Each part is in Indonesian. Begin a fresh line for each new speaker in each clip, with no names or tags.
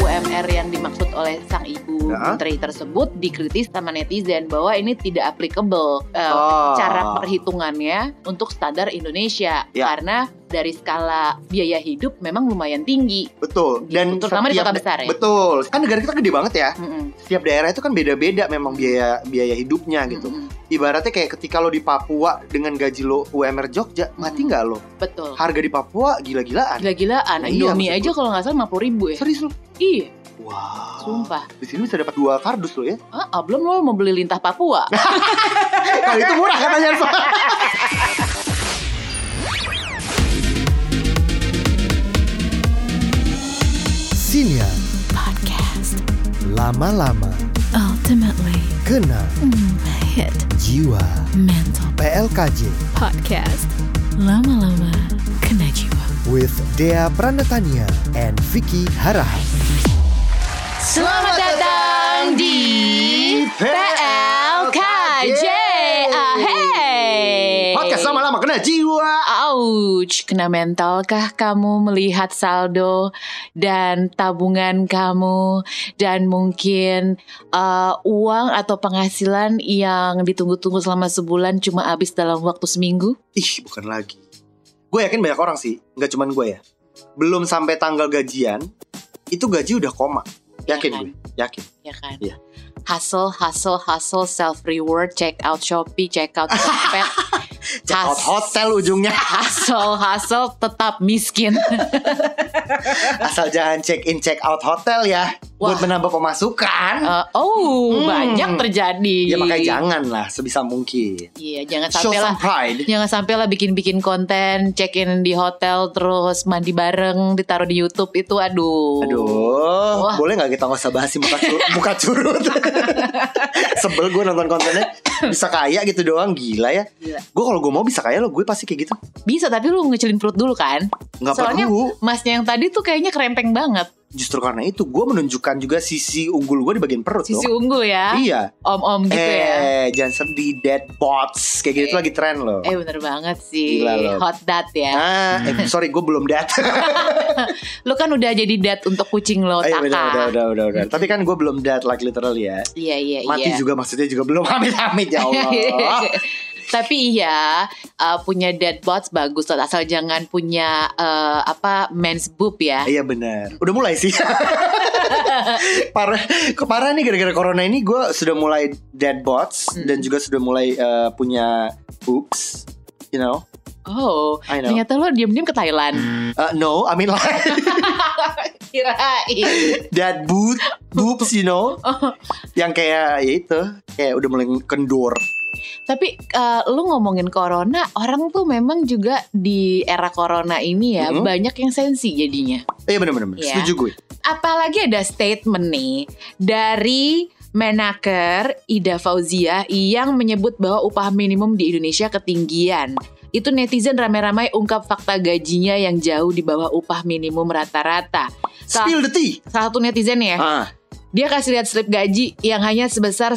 UMR yang dimaksud oleh sang ibu
Ya.
menteri tersebut dikritis sama netizen bahwa ini tidak applicable eh,
Oh.
cara perhitungannya untuk standar Indonesia
Ya.
karena dari skala biaya hidup memang lumayan tinggi.
Betul. Dan
Gitu, terutama di
setiap-
kota besar ya?
Betul. Kan negara kita gede banget ya.
Mm-mm.
Setiap daerah itu kan beda-beda memang biaya biaya hidupnya gitu.
Mm-mm.
Ibaratnya kayak ketika lo di Papua dengan gaji lo UMR Jogja, mati nggak lo?
Hmm. Betul.
Harga di Papua gila-gilaan.
Gila-gilaan.
Nah, iya,
Indomie
maksud
aja kalau nggak salah 50 ribu ya.
Serius lo?
Iya,
Wow.
sumpah.
Di sini bisa dapat dua kardus lo ya.
Ah, ah, belum lo mau beli lintah Papua.
Kalau Nah, itu murah katanya.
Siniar
Podcast
Lama-lama
ultimately
Kena
mm, hit
Jiwa
mental
PLKJ
podcast. Lama-lama kena jiwa.
With Dea Pranatania And Vicky Harahap
Selamat datang di PLKJ. Ah, hey.
Podcast lama-lama kena jiwa.
Ouch, kena mentalkah kamu melihat saldo dan tabungan kamu dan mungkin eh, uang atau penghasilan yang ditunggu-tunggu selama sebulan cuma habis dalam waktu seminggu?
Ih, bukan lagi. Gue yakin banyak orang sih, nggak cuman gue ya. Belum sampai tanggal gajian, itu gaji udah koma. Yakin
Iya kan?
gue, yakin.
Ya kan?
Iya.
Hustle, hustle, hustle, self reward, check out Shopee, check out Tokped.
Check out hotel ujungnya.
Hustle, hustle, tetap miskin.
Asal jangan check in check out hotel ya buat
Wah.
menambah pemasukan.
Eh, oh,
Hmm.
banyak terjadi.
Ya makanya jangan lah sebisa mungkin.
Iya, jangan
Show
sampai lah
some pride.
Jangan Ya, sampai lah bikin-bikin konten, check in di hotel, terus mandi bareng, ditaruh di YouTube itu, aduh.
Aduh,
Wah.
boleh nggak kita nggak usah bahas sih muka, cur- muka curut? Sebel gue nonton kontennya bisa kaya gitu doang gila ya.
Gila.
Gue kalau gue mau bisa kaya lo, gue pasti kayak gitu.
Bisa, tapi lu ngecilin perut dulu kan?
Nggak
Soalnya
perlu.
masnya yang tadi tuh kayaknya kerempeng banget.
Justru karena itu gue menunjukkan juga sisi unggul gue di bagian perut
Sisi
loh.
unggul ya,
Iya.
om-om gitu ya.
eh, jangan sedih dead bots kayak gitu
Eh.
tuh lagi tren loh.
Eh bener banget sih,
Gila lo.
hot dad ya.
Ah, eh, sorry gue belum dead.
Lu kan udah jadi dad untuk kucing lo,
Ayo, udah, udah,
Taka.
udah, udah, udah. Tapi kan gue belum dead like literally ya.
Iya, iya,
Mati
iya.
juga maksudnya juga belum amit-amit ya Allah.
Tapi iya uh, punya dead bots bagus asal jangan punya uh, apa men's boob ya.
Iya benar. Udah mulai sih. Parah, keparah nih gara-gara corona ini gue sudah mulai dead bots
Mm.
dan juga sudah mulai eh, punya boobs. You know,
Oh,
I know.
ternyata lo diam-diam ke Thailand.
Eh, no, I mean like
Kirain.
dead boot, boobs, you know,
Oh.
yang kayak ya itu, kayak udah mulai kendor.
Tapi eh, lu ngomongin corona, orang tuh memang juga di era corona ini ya
Mhm.
banyak yang sensi jadinya.
Iya benar-benar,
Iya.
setuju gue.
Apalagi ada statement nih dari Menaker Ida Fauzia yang menyebut bahwa upah minimum di Indonesia ketinggian. Itu netizen ramai-ramai ungkap fakta gajinya yang jauh di bawah upah minimum rata-rata. Sa-
Spill the tea.
Salah satu netizen ya,
Ah,
dia kasih lihat slip gaji yang hanya sebesar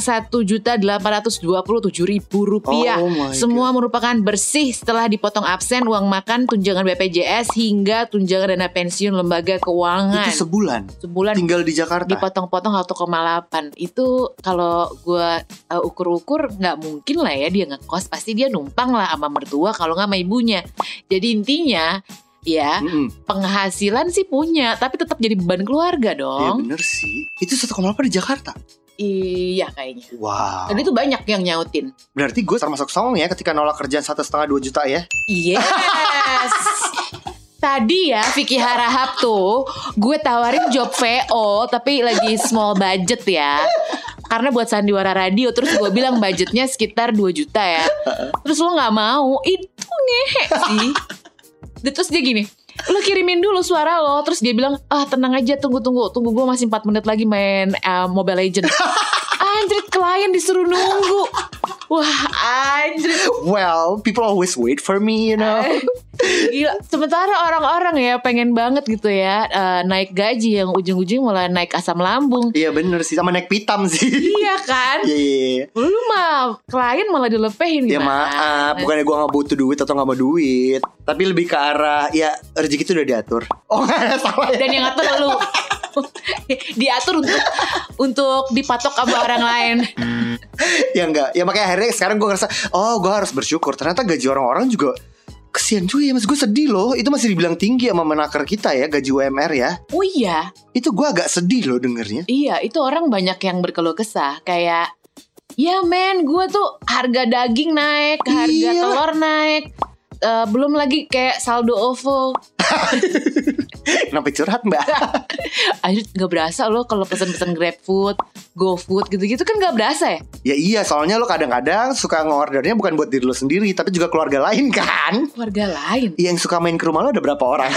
Rp1.827.000. rupiah.
Oh my
Semua merupakan bersih setelah dipotong absen, uang makan, tunjangan BPJS hingga tunjangan dana pensiun lembaga keuangan.
itu sebulan
Sebulan
tinggal di Jakarta.
dipotong-potong 1,8. Itu kalau gua uh, ukur-ukur nggak mungkin lah ya dia ngekos, pasti dia numpang lah sama mertua kalau nggak sama ibunya. Jadi intinya ya
Mm-mm.
penghasilan sih punya, tapi tetap jadi beban keluarga
Iya
dong.
bener sih. Itu 1,8 di Jakarta.
Iya kayaknya.
Wow.
Dan itu banyak yang nyautin.
Berarti gue termasuk songong ya ketika nolak kerjaan satu setengah dua juta ya.
Yes. Tadi ya Vicky Harahap tuh gue tawarin job VO tapi lagi small budget ya. Karena buat sandiwara radio terus gue bilang budgetnya sekitar 2 juta ya. Terus lo nggak mau, itu ngehe sih. Dan Terus dia gini, lo kirimin dulu suara lo terus dia bilang ah tenang aja tunggu tunggu tunggu gue masih 4 menit lagi main eh, Mobile Legend. Anjir klien disuruh nunggu. Wah, anjir.
Well, people always wait for me, you know.
Gila, sementara orang-orang ya pengen banget gitu ya eh, naik gaji yang ujung-ujung malah naik asam lambung.
Iya bener sih, sama naik pitam sih.
Iya kan?
Iya, iya, iya.
Lu mah klien malah dilepehin
Ya
gimana?
maaf, bukannya gue gak butuh duit atau gak mau duit Tapi lebih ke arah, ya rezeki itu udah diatur Oh gak ada salah ya
Dan yang ngatur lu. diatur untuk untuk dipatok sama orang lain.
ya enggak ya makanya akhirnya sekarang gue ngerasa oh gue harus bersyukur ternyata gaji orang-orang juga kesian cuy ya mas gue sedih loh itu masih dibilang tinggi sama menaker kita ya gaji UMR ya
Oh iya,
itu gue agak sedih loh dengernya
iya itu orang banyak yang berkeluh kesah kayak ya men gue tuh harga daging naik, harga
Iya.
telur naik. Eh, belum lagi kayak saldo OVO
kenapa curhat mbak
Aduh gak berasa lo kalau pesen-pesen GrabFood, GoFood gitu-gitu kan gak berasa ya
ya iya soalnya lo kadang-kadang suka ngordernya bukan buat diri lo sendiri tapi juga keluarga lain kan Iya,
Keluarga lain
yang suka main ke rumah lo ada berapa orang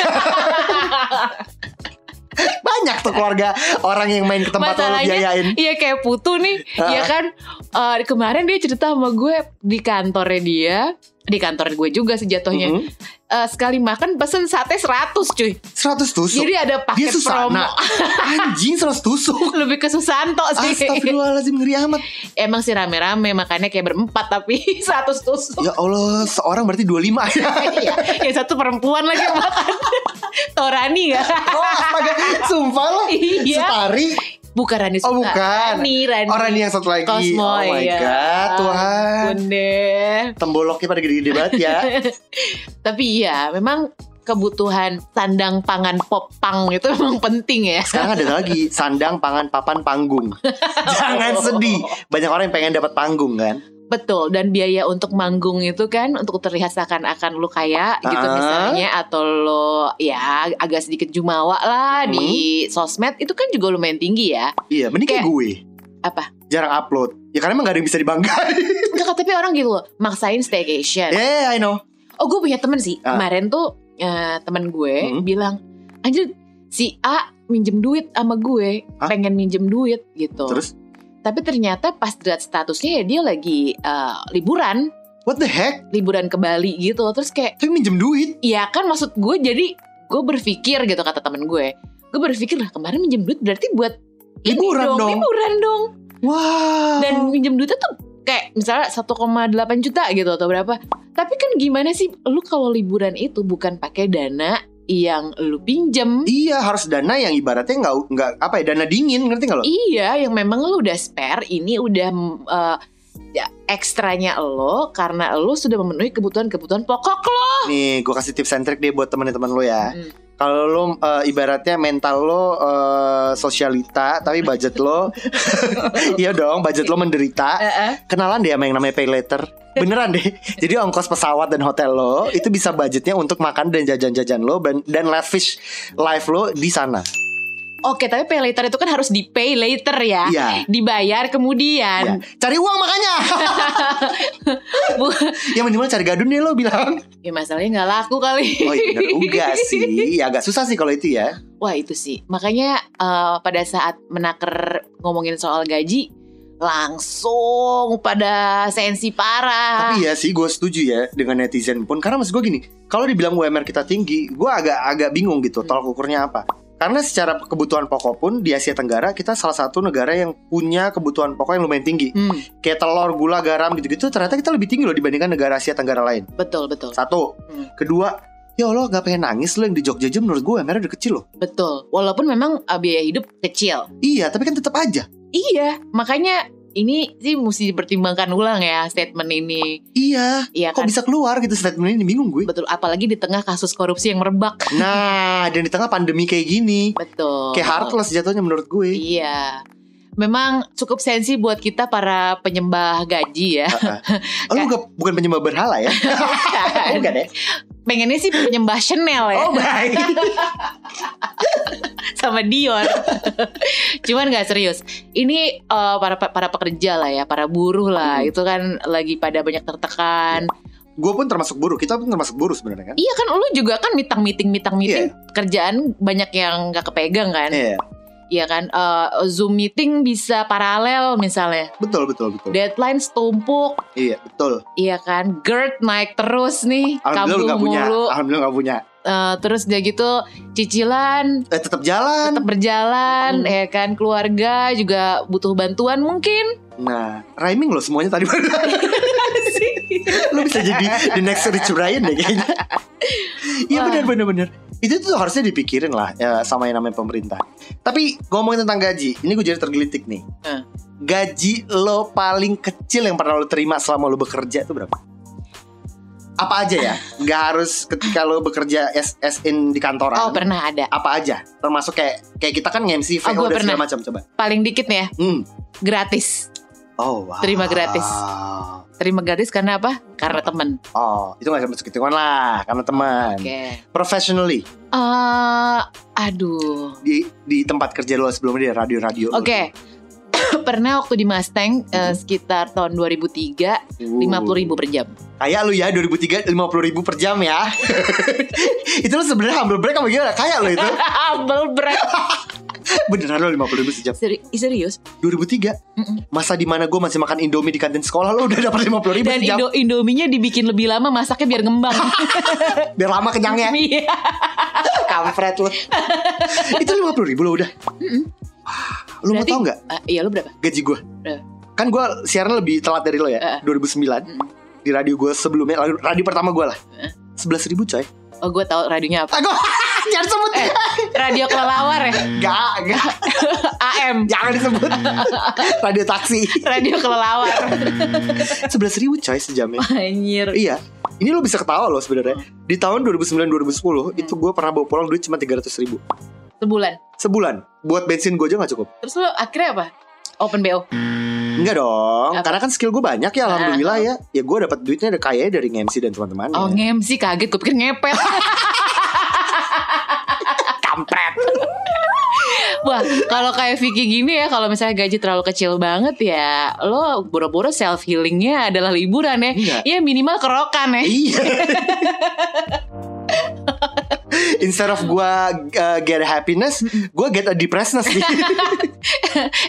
banyak tuh keluarga orang yang main ke tempat lo lo biayain
Iya kayak Putu nih
Ah.
Iya kan eh, Kemarin dia cerita sama gue Di kantornya dia Di kantor gue juga sih jatuhnya
Mhm.
Eh, Sekali makan pesen sate 100 cuy
100 tusuk
Jadi ada
dia
paket promo
susana anjing 100 tusuk
Lebih ke Susanto sih
Astagfirullahaladzim ngeri amat
Emang sih rame-rame Makannya kayak berempat Tapi 100 tusuk
Ya Allah seorang berarti 25 ya
Iya Yang satu perempuan lagi yang makan Torani ya. gak?
Oh astaga Sumpah lo
Iya.
Setari
Bukan Rani
Oh,
Suka.
bukan.
Rani, Rani.
Oh, Rani yang satu lagi.
Cosmo,
Oh my
iya.
God, Tuhan.
Ampun deh.
Temboloknya pada gede-gede banget ya
Tapi iya, memang kebutuhan sandang pangan popang itu memang penting ya.
Sekarang ada lagi Sandang pangan papan panggung
Oh.
Jangan sedih Banyak orang yang pengen dapat panggung kan
Betul, dan biaya untuk manggung itu kan untuk terlihat seakan-akan lu kaya gitu
Ah.
misalnya atau lo ya agak sedikit jumawa lah
Hmm.
di sosmed itu kan juga lumayan tinggi ya.
Iya mending
Kayak-
kayak gue
Apa?
Jarang upload Ya karena emang gak ada yang bisa dibanggain
Enggak, tapi orang gitu loh, maksain staycation.
Yeah I know
Oh gue punya temen sih
Ah.
Kemarin tuh eh, temen gue
Hmm.
bilang Anjir si A minjem duit sama gue
Hah?
Pengen minjem duit gitu
Terus
Tapi ternyata pas lihat statusnya ya dia lagi eh, liburan
What the heck
Liburan ke Bali gitu Terus kayak
Tapi minjem duit
ya kan maksud gue jadi Gue berpikir gitu kata temen gue Gue berpikir lah kemarin minjem duit berarti buat ini
Liburan dong.
Liburan dong
Wow
Dan minjem duitnya tuh kayak misalnya 1,8 juta gitu atau berapa. Tapi kan gimana sih lu kalau liburan itu bukan pakai dana yang lu pinjem.
Iya harus dana yang ibaratnya nggak nggak apa ya dana dingin ngerti nggak lo?
Iya, yang memang lu udah spare, ini udah mm, eh, ya, ekstranya lo karena lo sudah memenuhi kebutuhan-kebutuhan pokok lo.
Nih gue kasih tips and trick deh buat teman-teman lo ya.
Hmm.
Kalau lo eh, ibaratnya mental lo eh, sosialita tapi budget lo
Hmm.
iya dong budget lo menderita. Kenalan deh sama yang namanya pay later. Beneran deh. Jadi ongkos pesawat dan hotel lo itu bisa budgetnya untuk makan dan jajan-jajan lo dan, dan lavish life lo di sana.
Oke, tapi pay later itu kan harus di pay later ya.
Iya.
Dibayar
Ya.
kemudian.
Cari uang makanya.
Bu-
yang minimal cari gadun deh lo bilang.
Ya masalahnya nggak laku kali.
Iya. Oh iya bener juga sih. Ya agak susah sih kalau itu ya.
Wah itu sih Makanya eh, pada saat menaker ngomongin soal gaji Langsung pada sensi parah
Tapi ya sih gue setuju ya dengan netizen pun karena maksud gue gini, kalau dibilang UMR kita tinggi, gue agak agak bingung gitu
Hmm.
tolak ukurnya apa. Karena secara kebutuhan pokok pun di Asia Tenggara kita salah satu negara yang punya kebutuhan pokok yang lumayan tinggi.
Hmm,
Kayak telur, gula, garam gitu-gitu ternyata kita lebih tinggi loh dibandingkan negara Asia Tenggara lain.
Betul betul
Satu,
Hmm.
kedua, ya Allah gak pengen nangis lo yang di Jogja aja menurut gue UMR udah kecil loh.
Betul Walaupun memang eh, biaya hidup kecil
Iya, tapi kan tetap aja.
Iya Makanya ini sih mesti dipertimbangkan ulang ya statement ini
Iya,
Iya kan
kok bisa keluar gitu statement ini bingung gue.
Betul Apalagi di tengah kasus korupsi yang merebak
Nah, dan di tengah pandemi kayak gini,
Betul
kayak heartless jatuhnya menurut gue.
Iya Memang cukup sensi buat kita para penyembah gaji ya
Oh,
Kan?
lu gak- bukan penyembah berhala ya? bukan ya?
Pengennya sih penyembah Chanel ya
Oh baik.
sama Dior. Cuman nggak serius. Ini eh, para para pekerja lah ya, para buruh lah.
Hmm.
Itu kan lagi pada banyak tertekan.
gue pun termasuk buruh. Kita pun termasuk buruh sebenarnya kan?
Iya kan, lu juga kan mitang meeting mitang meeting. Kerjaan banyak yang nggak kepegang kan?
Iya,
Iya kan. Eh, Zoom meeting bisa paralel misalnya.
betul betul betul.
Deadline setumpuk.
Iya betul.
Iya kan, GERD naik terus nih,
Alhamdulillah lu
kampung
gak punya.
mulu.
Alhamdulillah gak punya.
Eh, terus dia gitu, cicilan
Eh tetap jalan.
tetap berjalan
Hmm.
ya kan keluarga juga butuh bantuan mungkin
Nah, rhyming lo semuanya tadi. lu bisa jadi the next Rich Brian deh kayaknya. Iya
Wah.
benar benar benar. itu tuh harusnya dipikirin lah ya, sama yang namanya pemerintah. Tapi ngomongin tentang gaji, ini gue jadi tergelitik nih.
Hmm.
Gaji lo paling kecil yang pernah lo terima selama lo bekerja itu berapa? Apa aja ya? Gak harus ketika lo bekerja as, as in di kantoran.
Oh pernah ada.
Apa aja? Termasuk kayak kayak kita kan MC
Oh, gue
dan
pernah.
segala macam coba.
Paling dikit nih ya,
Hmm.
gratis.
Oh wow.
Terima gratis. Terima gratis karena apa? Karena temen.
Oh, itu gak masuk hitungan lah, karena teman.
Oke.
Professionally
Eh, aduh.
di di tempat kerja lo sebelumnya di radio-radio. lo.
Oke. pernah waktu di Mustang eh, sekitar tahun 2003
Uh.
50 ribu per jam
Kayak lu ya 2003 50 ribu per jam ya Itu lu sebenarnya humble break apa gimana? Kayak lu itu
Humble brag
Beneran lu 50 ribu sejam
Seri- Serius
2003
Mm-mm.
Masa dimana gue masih makan indomie di kantin sekolah Lu udah dapet 50 ribu
Dan
sejam
Indo Indominya dibikin lebih lama Masaknya biar ngembang
Biar lama kenyangnya
Iya.
Kampret lu Itu 50 ribu lu udah Wah, Lu mau
Berarti-
tau gak
Eh, Iya lu berapa?
gaji gue?
Eh.
Kan gue siaran lebih telat dari lo ya
Mm.
2009 Di radio gue sebelumnya Radio pertama gue lah
Eh.
11 ribu coy
Oh gue tau radionya apa
Ah gue Jangan sebut
Eh. Radio kelelawar ya
Gak, gak
AM
Jangan disebut Radio taksi
Radio kelelawar
Sebelas ribu coy sejamnya
Anjir
Iya Ini lo bisa ketawa loh sebenarnya Di tahun
Hmm.
2009-2010 Itu gue pernah bawa pulang duit cuma 300 ribu
Sebulan
Sebulan Buat bensin gue aja gak cukup
Terus lu akhirnya apa? Open BO Hmm.
Enggak dong
Apa?
Karena kan skill gue banyak ya Alhamdulillah ya Ya gue dapat duitnya ada kayaknya dari MC dan teman-temannya
Ah, Oh ngem sih kaget Gue pikir ngepet
Kampret
Wah, kalau kayak Vicky gini ya, kalau misalnya gaji terlalu kecil banget ya, lo boro-boro self healingnya adalah liburan ya.
Iya.
Ya minimal kerokan ya.
Iya Instead of gue uh, get happiness
Hmm.
Gue get a depressness nih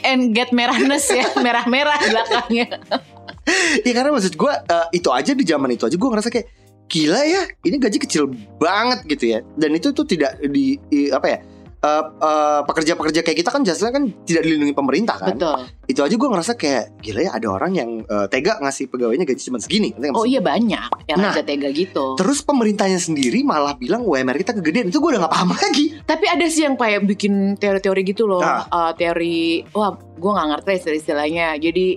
And get merahnes ya, merah-merah belakangnya.
Iya karena maksud gue eh, itu aja di zaman itu aja gue ngerasa kayak gila ya ini gaji kecil banget gitu ya dan itu tuh tidak di, i- apa ya eh, eh, pekerja-pekerja kayak kita kan jasanya kan tidak dilindungi pemerintah kan
Betul.
itu aja gue ngerasa kayak gila ya ada orang yang eh, tega ngasih pegawainya gaji cuma segini Ngerti nggak
Oh
maksud-
iya banyak yang
Nah.
raja tega gitu.
terus pemerintahnya sendiri malah bilang UMR kita kegedean itu gue udah nggak paham lagi
Tapi ada sih yang kayak bikin teori-teori gitu loh.
Ah.
Eh, teori, wah gue gak ngerti istilah istilahnya. Jadi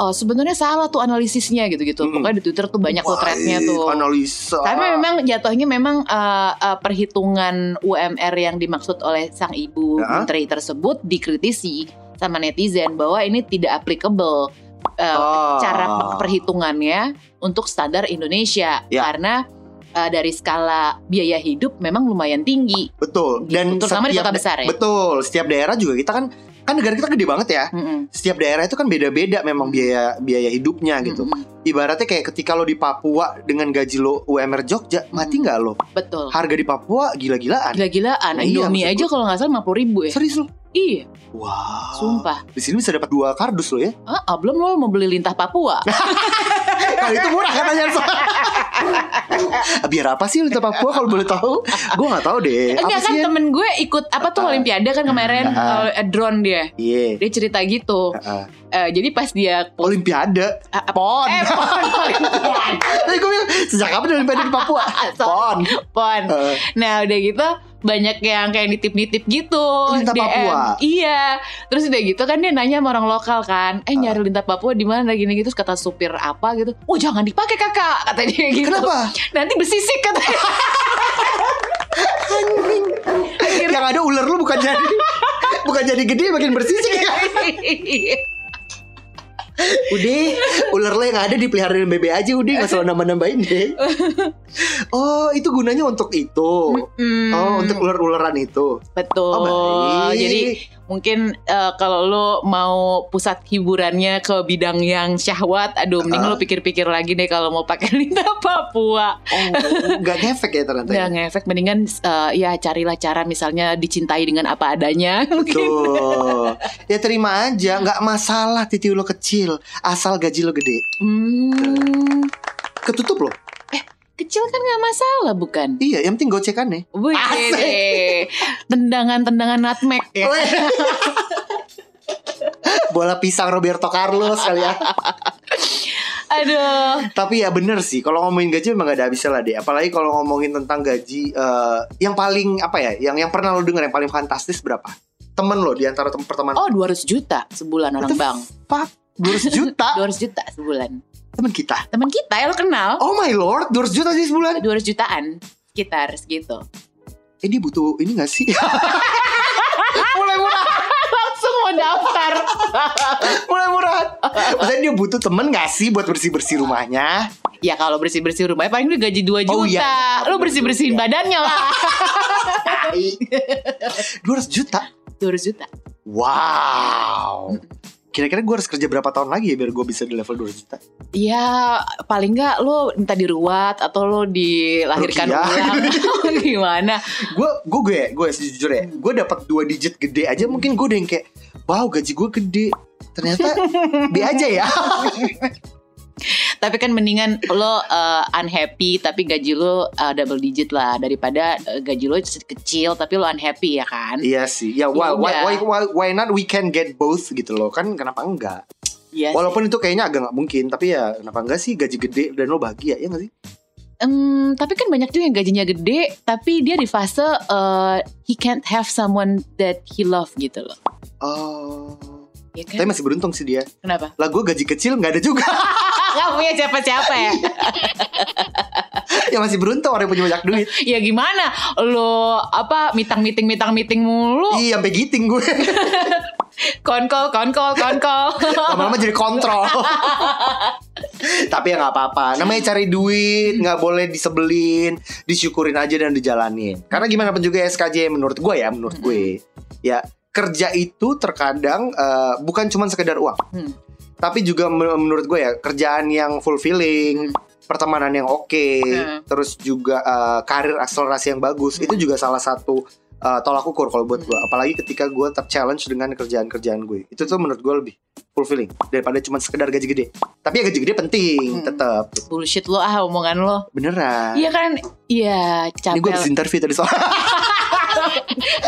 eh, sebenarnya salah tuh analisisnya gitu-gitu.
Mm.
Pokoknya di Twitter tuh banyak tuh
Wah, iya,
threadnya tuh.
analisa
Tapi memang jatuhnya memang uh, uh, perhitungan UMR yang dimaksud oleh sang ibu
Ya.
menteri tersebut dikritisi sama netizen bahwa ini tidak applicable uh,
Oh.
cara pe- perhitungannya untuk standar Indonesia
Ya.
karena uh, dari skala biaya hidup memang lumayan tinggi.
betul
Gitu,
dan
terutama di
setiap
kota
da-
besar ya.
betul setiap daerah juga kita kan kan negara kita gede banget ya
Mm-mm.
setiap daerah itu kan beda-beda memang biaya biaya hidupnya gitu.
Mm-mm.
Ibaratnya kayak ketika lo di Papua dengan gaji lo UMR Jogja mati nggak lo?
Mm-hmm. Betul.
Harga di Papua gila-gilaan.
Gila-gilaan
Iya,
Indomie
maksud
aja
gua.
kalau nggak salah 50 ribu ya.
Serius lo?
Iya,
Wah.
sumpah.
Di sini bisa dapat dua kardus lo ya.
Ah, ah, belum lo mau beli lintah Papua.
Eh, Kalau Nah, itu murah katanya. So. Biar apa sih lintah Papua kalau boleh tahu? Gue nggak tahu deh. Apa
Enggak kan
sih? ya?
temen gue ikut apa tuh
Ah.
Olimpiade kan kemarin
Ah.
eh, drone dia.
Iya.
dia cerita gitu
Heeh.
Eh, jadi pas dia
Olimpiade.
Ah, ah,
Pon.
eh pon
Tapi gue bilang sejak kapan Olimpiade di Papua? Pon.
pon
Heeh.
nah udah gitu banyak yang kayak nitip-nitip gitu
Oh, Lintah Papua.
iya terus udah gitu kan dia nanya sama orang lokal kan eh
Ah.
nyari lintah Papua di mana gini gitu terus kata supir apa gitu oh jangan dipakai kakak kata dia gitu
Kenapa?
nanti bersisik kata dia.
yang ada ular lu bukan jadi bukan jadi gede makin bersisik udah ular lu yang ada dipelihara dengan bebek aja udah nggak usah nambah nambahin deh oh itu gunanya untuk itu
Hmm,
oh untuk ular-ularan itu
betul
Oh, baik.
jadi mungkin eh, kalau lo mau pusat hiburannya ke bidang yang syahwat aduh mending
Uh-uh.
lo pikir-pikir lagi deh kalau mau pakai lintah Papua
oh nggak ngefek ya ternyata ya?
nggak ngefek mendingan eh, ya carilah cara misalnya dicintai dengan apa adanya mungkin
Tuh Ya terima aja nggak masalah titi lo kecil Asal gaji lo gede
Hmm,
Ketutup lo
kecil kan nggak masalah bukan
Iya yang penting gocekannya
Wih,
Asik. Iya.
deh. tendangan-tendangan nutmeg ya
Bola pisang Roberto Carlos kali ya
Aduh.
Tapi ya bener sih Kalau ngomongin gaji memang gak ada habisnya lah deh Apalagi kalau ngomongin tentang gaji eh, Yang paling apa ya Yang yang pernah lo denger Yang paling fantastis berapa? Temen lo di antara tem- pertemanan
Oh 200 juta sebulan orang bang.
Fuck 200 juta
200 juta sebulan.
Temen kita
Teman kita ya lo kenal.
Oh my lord 200 juta sih sebulan
200 jutaan sekitar segitu.
Eh dia butuh ini gak sih?
Mulai mulai langsung mau daftar.
Mulai murah Maksudnya dia butuh temen gak sih Buat bersih-bersih rumahnya
ya kalau bersih-bersih rumahnya paling udah gaji 2 juta.
Oh, iya.
Lo bersih-bersihin
Iya.
badannya lah.
Tai. 200 juta
200 juta.
Wow Kira-kira gue harus kerja berapa tahun lagi ya Biar gue bisa di level 200 juta
Ya paling nggak lo minta diruat atau lo dilahirkan
Rukiah.
ulang gimana?
gue gue gue gue sejujurnya gue dapat dua digit gede aja mungkin gue udah yang kayak wow gaji gue gede ternyata B aja ya
Tapi kan mendingan lo uh, unhappy tapi gaji lo uh, double digit lah daripada uh, gaji lo kecil tapi lo unhappy ya kan?
iya sih ya why,
Ya
why,
udah.
why, why, why not we can get both gitu loh kan kenapa enggak
Iya. sih.
walaupun itu kayaknya agak nggak mungkin tapi ya kenapa enggak sih gaji gede dan lo bahagia ya nggak sih
Hmm, tapi kan banyak juga yang gajinya gede tapi dia di fase uh, he can't have someone that he love gitu loh.
oh
Iya
tapi
kan?
masih beruntung sih dia
Kenapa?
lah gue gaji kecil nggak ada juga
Gak punya siapa-siapa ya?
ya masih beruntung orang yang punya banyak duit
ya gimana? Lo apa mitang meeting mitang meeting mulu?
iya sampai giting gue
Konkol konkol konkol.
lama-lama jadi kontrol tapi ya nggak apa-apa namanya cari duit nggak boleh disebelin disyukurin aja dan dijalanin karena gimana pun juga SKJ menurut gue ya menurut gue ya kerja itu terkadang eh, bukan cuma sekedar uang
Hmm.
tapi juga men- menurut gue ya kerjaan yang fulfilling pertemanan yang oke
Hmm.
terus juga eh, karir akselerasi yang bagus itu juga salah satu eh, tolak ukur kalau buat
Hmm.
gue apalagi ketika gue terchallenge dengan kerjaan-kerjaan gue itu tuh menurut gue lebih fulfilling daripada cuma sekedar gaji gede tapi ya gaji gede penting
Hmm.
tetap
bullshit lo ah omongan lo
beneran
iya kan iya
Ah. ini gue habis
capek
interview tadi soalnya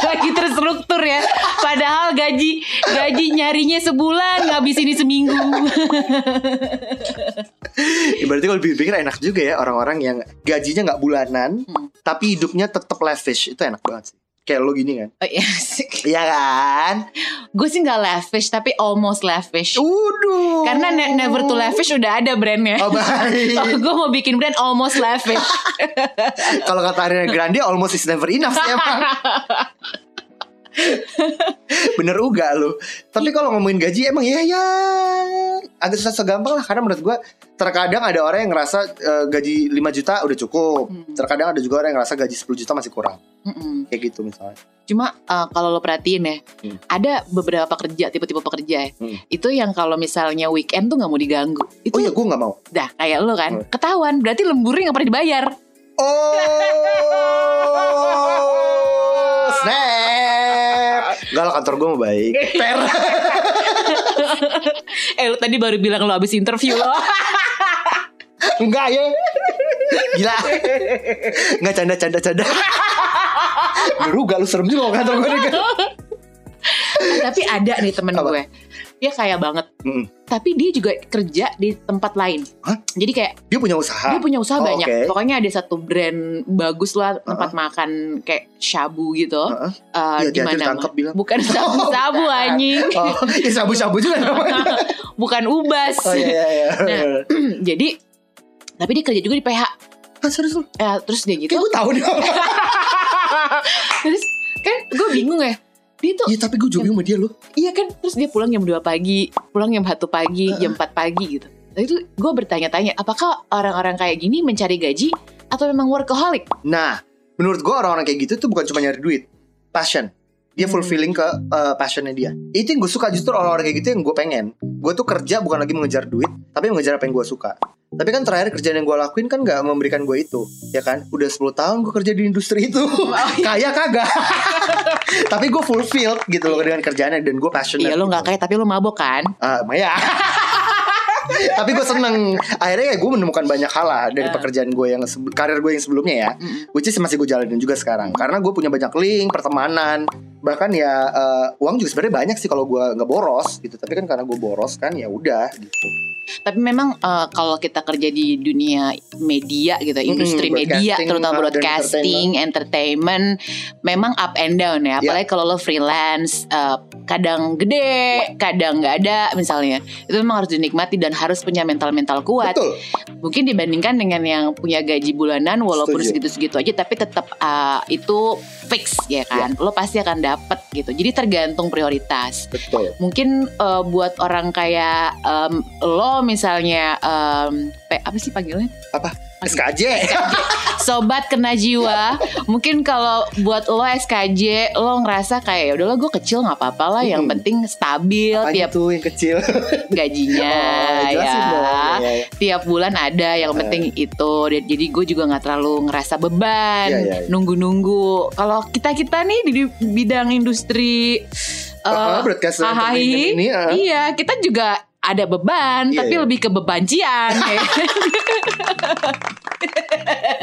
lagi terstruktur ya padahal gaji gaji nyarinya sebulan habis ini seminggu
Ya, berarti kalau lebih pikir enak juga ya orang-orang yang gajinya nggak bulanan
Hmm.
tapi hidupnya tetap lavish itu enak banget sih kayak lo gini kan
oh, iya.
iya kan
gue sih nggak lavish tapi almost lavish
Uduh.
karena ne- never to lavish udah ada brandnya
Oh baik.
oh, gue mau bikin brand almost lavish
Kalau kata Ariana Grande almost is never enough sih emang. Bener uga lu. Tapi kalau ngomongin gaji emang ya ya agak susah segampang lah karena menurut gua terkadang ada orang yang ngerasa eh, gaji 5 juta udah cukup.
Hmm.
Terkadang ada juga orang yang ngerasa gaji 10 juta masih kurang.
Mm-mm.
Kayak gitu misalnya.
Cuma eh, kalau lo perhatiin ya,
Hmm.
ada beberapa kerja, tipe-tipe pekerja ya.
Hmm.
Itu yang kalau misalnya weekend tuh nggak mau diganggu. Itu
Oh Hmm. ya gua nggak mau.
Dah kayak lo kan Ketahuan Berarti lemburnya gak pernah dibayar
Oh. Snap. Gak lah kantor gua mau baik. Per.
Eh lo tadi baru bilang lo abis interview lo
Enggak ya Gila Enggak canda canda canda Baru gak lu serem juga kalau kantor gue nih kan
Tapi ada nih temen
Apa?
gue Dia kaya banget
Mm.
Tapi dia juga kerja di tempat lain
Hah?
Jadi kayak
Dia punya
Dia
usaha
punya usaha
Oh,
banyak
oke.
Pokoknya ada satu brand Bagus lah Tempat makan Kayak shabu gitu
Heeh.
Eh, di
Iya, dia aja
mana-
ditangkep bilang.
Bukan sabu-sabu anjing
Oh ya sabu-sabu juga namanya
Bukan ubas
Oh iya iya iya
Nah, Jadi Tapi dia kerja juga di PH
Hah Ah, serius lu
Eh, Terus dia gitu
Kayak gue tau deh
Terus kan gue bingung ya Dia tuh
Iya tapi gue juga bingung sama dia lu
Iya kan Terus dia pulang jam 2 pagi Pulang jam 1 pagi
Uh-huh.
Jam 4 pagi gitu Nah itu gue bertanya-tanya Apakah orang-orang kayak gini mencari gaji Atau memang workaholic
Nah Menurut gue orang-orang kayak gitu tuh bukan cuma nyari duit Passion dia
Hmm.
fulfilling ke eh, passionnya dia Itu yang gue suka justru orang-orang kayak gitu yang gue pengen Gue tuh kerja bukan lagi mengejar duit Tapi mengejar apa yang gue suka Tapi kan terakhir kerjaan yang gue lakuin kan gak memberikan gue itu Ya kan Udah 10 tahun gue kerja di industri itu
Oh, iya.
Kaya kagak Tapi gue fulfilled gitu loh dengan kerjaannya Dan gue passionate
Iya lo gak kaya tapi lo mabok kan
Ah, Maya. Tapi gue seneng Akhirnya ya gue menemukan banyak hal lah Dari
Ah.
pekerjaan gue yang sebe- Karir gue yang sebelumnya ya Which is masih gue jalanin juga sekarang Karena gue punya banyak link Pertemanan Bahkan ya eh, Uang juga sebenarnya banyak sih Kalau gue nggak boros gitu Tapi kan karena gue boros kan ya udah gitu
Tapi memang eh, kalau kita kerja di dunia media gitu, ya, industri
Mm-mm,
media,
broadcasting,
terutama
uh, dan
broadcasting, entertainment, memang up and down ya. Apalagi kalau lo freelance, eh, kadang gede, kadang nggak ada misalnya. Itu memang harus dinikmati dan harus punya mental-mental kuat.
Betul.
Mungkin dibandingkan dengan yang punya gaji bulanan walaupun
Setuju.
segitu-segitu aja tapi tetap uh, itu fix ya kan. Lo pasti akan dapet gitu. Jadi tergantung prioritas.
Betul.
Mungkin uh, buat orang kayak em, lo misalnya em, pe- apa sih panggilnya?
SKJ.
Sobat kena jiwa. Mungkin kalau buat lo SKJ lo ngerasa kayak ya udah lo gue kecil nggak apa-apa lah yang
Mm-mm.
penting stabil
Apa
tiap
itu yang kecil?
gajinya
Oh, jelasin dong.
ya? Eh, ya
Ya, ya.
tiap bulan ada yang penting itu Dan jadi gue juga nggak terlalu ngerasa beban
Iya, iya, iya.
nunggu-nunggu kalau kita kita nih di di bidang industri eh,
Ah, broadcast
hahahi,
entertainment ini, ah.
iya kita juga ada beban
Iya,
tapi
iya.
lebih ke bebancian ya.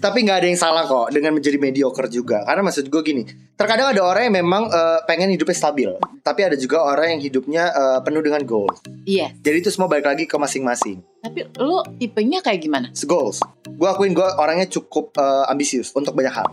Tapi nggak ada yang salah kok dengan menjadi mediocre juga. Karena maksud gue gini, terkadang ada orang yang memang eh, pengen hidupnya stabil, tapi ada juga orang yang hidupnya eh, penuh dengan goals.
iya
Jadi itu semua balik lagi ke masing-masing.
tapi lu tipenya kayak gimana
It's goals. Gue akuin gue orangnya cukup eh, ambisius untuk banyak hal.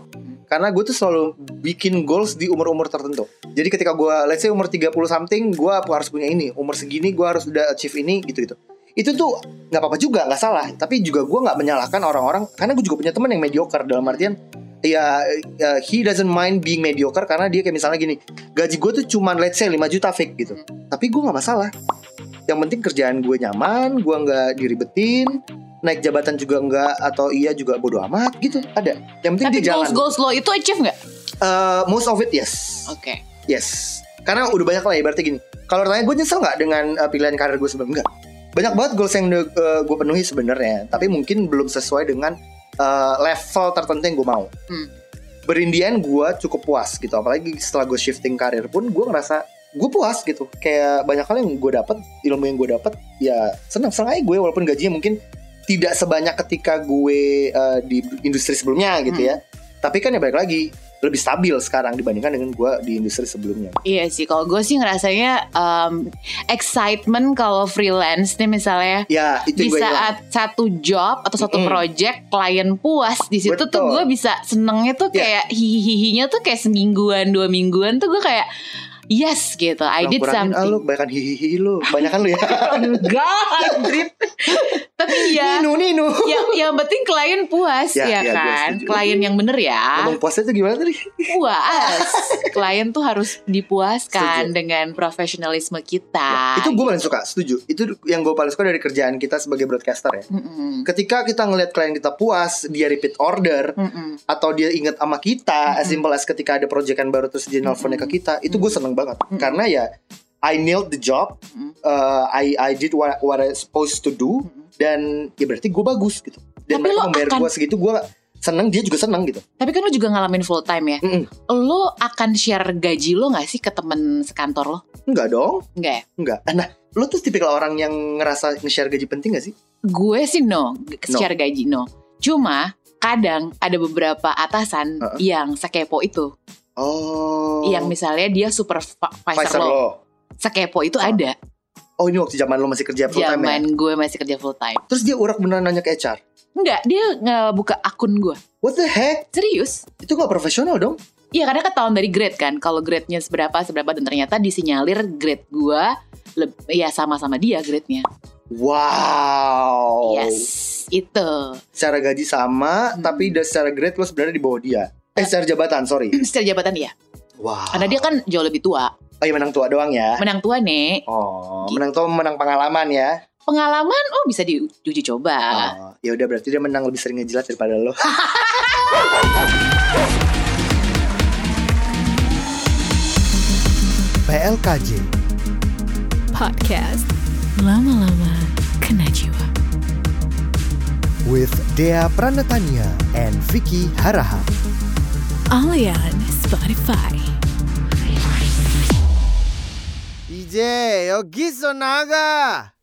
Karena gue tuh selalu bikin goals di umur-umur tertentu. Jadi ketika gue, let's say umur 30 something, gue harus punya ini. Umur segini gue harus udah achieve ini, gitu-gitu. Itu tuh nggak apa-apa juga, nggak salah. Tapi juga gue nggak menyalahkan orang-orang. Karena gue juga punya teman yang mediocre dalam artian ya eh, he doesn't mind being mediocre karena dia kayak misalnya gini gaji gue tuh cuman let's say 5 juta fake gitu tapi gue nggak masalah yang penting kerjaan gue nyaman gue nggak diribetin naik jabatan juga enggak atau iya juga bodo amat gitu ada yang penting
tapi
dia jalan
goals goals lo itu achieve nggak
Eh, most of it yes
oke
yes karena udah banyak lah ya berarti gini kalau tanya gue nyesel nggak dengan eh, pilihan karir gue sebelum enggak banyak banget goals yang udah, eh, gue penuhi sebenarnya tapi mungkin belum sesuai dengan eh, level tertentu yang gue mau
Hmm.
berindian gue cukup puas gitu apalagi setelah gue shifting karir pun gue ngerasa gue puas gitu kayak banyak hal yang gue dapat ilmu yang gue dapat ya senang senang aja gue walaupun gajinya mungkin tidak sebanyak ketika gue eh, di industri sebelumnya gitu ya tapi kan ya balik lagi lebih stabil sekarang dibandingkan dengan gue di industri sebelumnya
Iya sih, kalau gue sih ngerasanya em, excitement kalau freelance nih misalnya
ya itu
di
yang gue hilang.
saat satu job atau satu
Mm-mm.
project klien puas di situ tuh
Betul.
gue bisa senengnya tuh
Ya.
kayak hihihinya tuh kayak semingguan dua mingguan tuh gue kayak yes gitu I did
Kurang-kurangin, ah, lu
something
banyakan hihihi lu banyakan lu ya
enggak Andrit. tapi ya
ninu ninu
ya yang penting klien puas
Ya,
ya,
ya, gua
kan
setuju.
klien yang bener ya
ngomong puasnya itu gimana tadi
puas klien tuh harus dipuaskan
Setuju.
dengan profesionalisme
Ya,
kita
itu gue paling suka setuju itu yang gue paling suka dari kerjaan kita sebagai broadcaster ya
Mm-mm.
ketika kita ngelihat klien kita puas dia repeat order
Mm-mm.
atau dia inget sama kita as simple as ketika ada proyekan baru terus dia nelfonnya ke kita itu gue seneng banget karena ya I nailed the job
Mm.
uh, I I did what what I supposed to do dan ya berarti gue bagus gitu dan
Tapi
mereka
lo
membayar
akan-
gue segitu gue seneng dia juga seneng gitu
tapi kan lu juga ngalamin full time ya
Mm-mm.
lo akan share gaji lo gak sih ke temen sekantor lo?
enggak dong
Enggak ya?
enggak nah lo tuh tipikal orang yang ngerasa nge-share gaji penting gak sih
Gue sih no, g-
No.
share gaji no. Cuma kadang ada beberapa atasan
Heeh.
yang sekepo itu.
oh
Yang Iya, misalnya dia
Pfizer
supervisor lo.
lo
Sekepo itu
Oh,
ada.
oh ini waktu zaman lo masih kerja full time ya
Zaman gue masih kerja full time.
terus dia urak beneran nanya ke HR
Enggak, dia ngebuka akun gue.
what the heck
Serius?
itu gak profesional dong
Iya karena ketahuan dari grade kan. Kalau grade-nya seberapa, seberapa. Dan ternyata disinyalir grade gue. leb- Ya sama-sama dia grade-nya.
Wow.
Yes, itu.
Secara gaji sama,
Hmm.
tapi da- secara grade lo sebenarnya di bawah dia. Eh, secara jabatan, sorry.
Secara jabatan iya.
Wow.
Karena dia kan jauh lebih tua.
Oh, iya, menang tua doang ya.
menang tua nih
Oh,
Gitu.
menang tua menang pengalaman ya.
pengalaman oh bisa diuji coba
Oh, ya udah berarti dia menang lebih sering ngejilat daripada lo.
PLKJ
Podcast Lama Lama Kanajiwa.
with Dea Pranatania and Vicky Harahap.
Only on Spotify.
DJ Yogi Sonaga.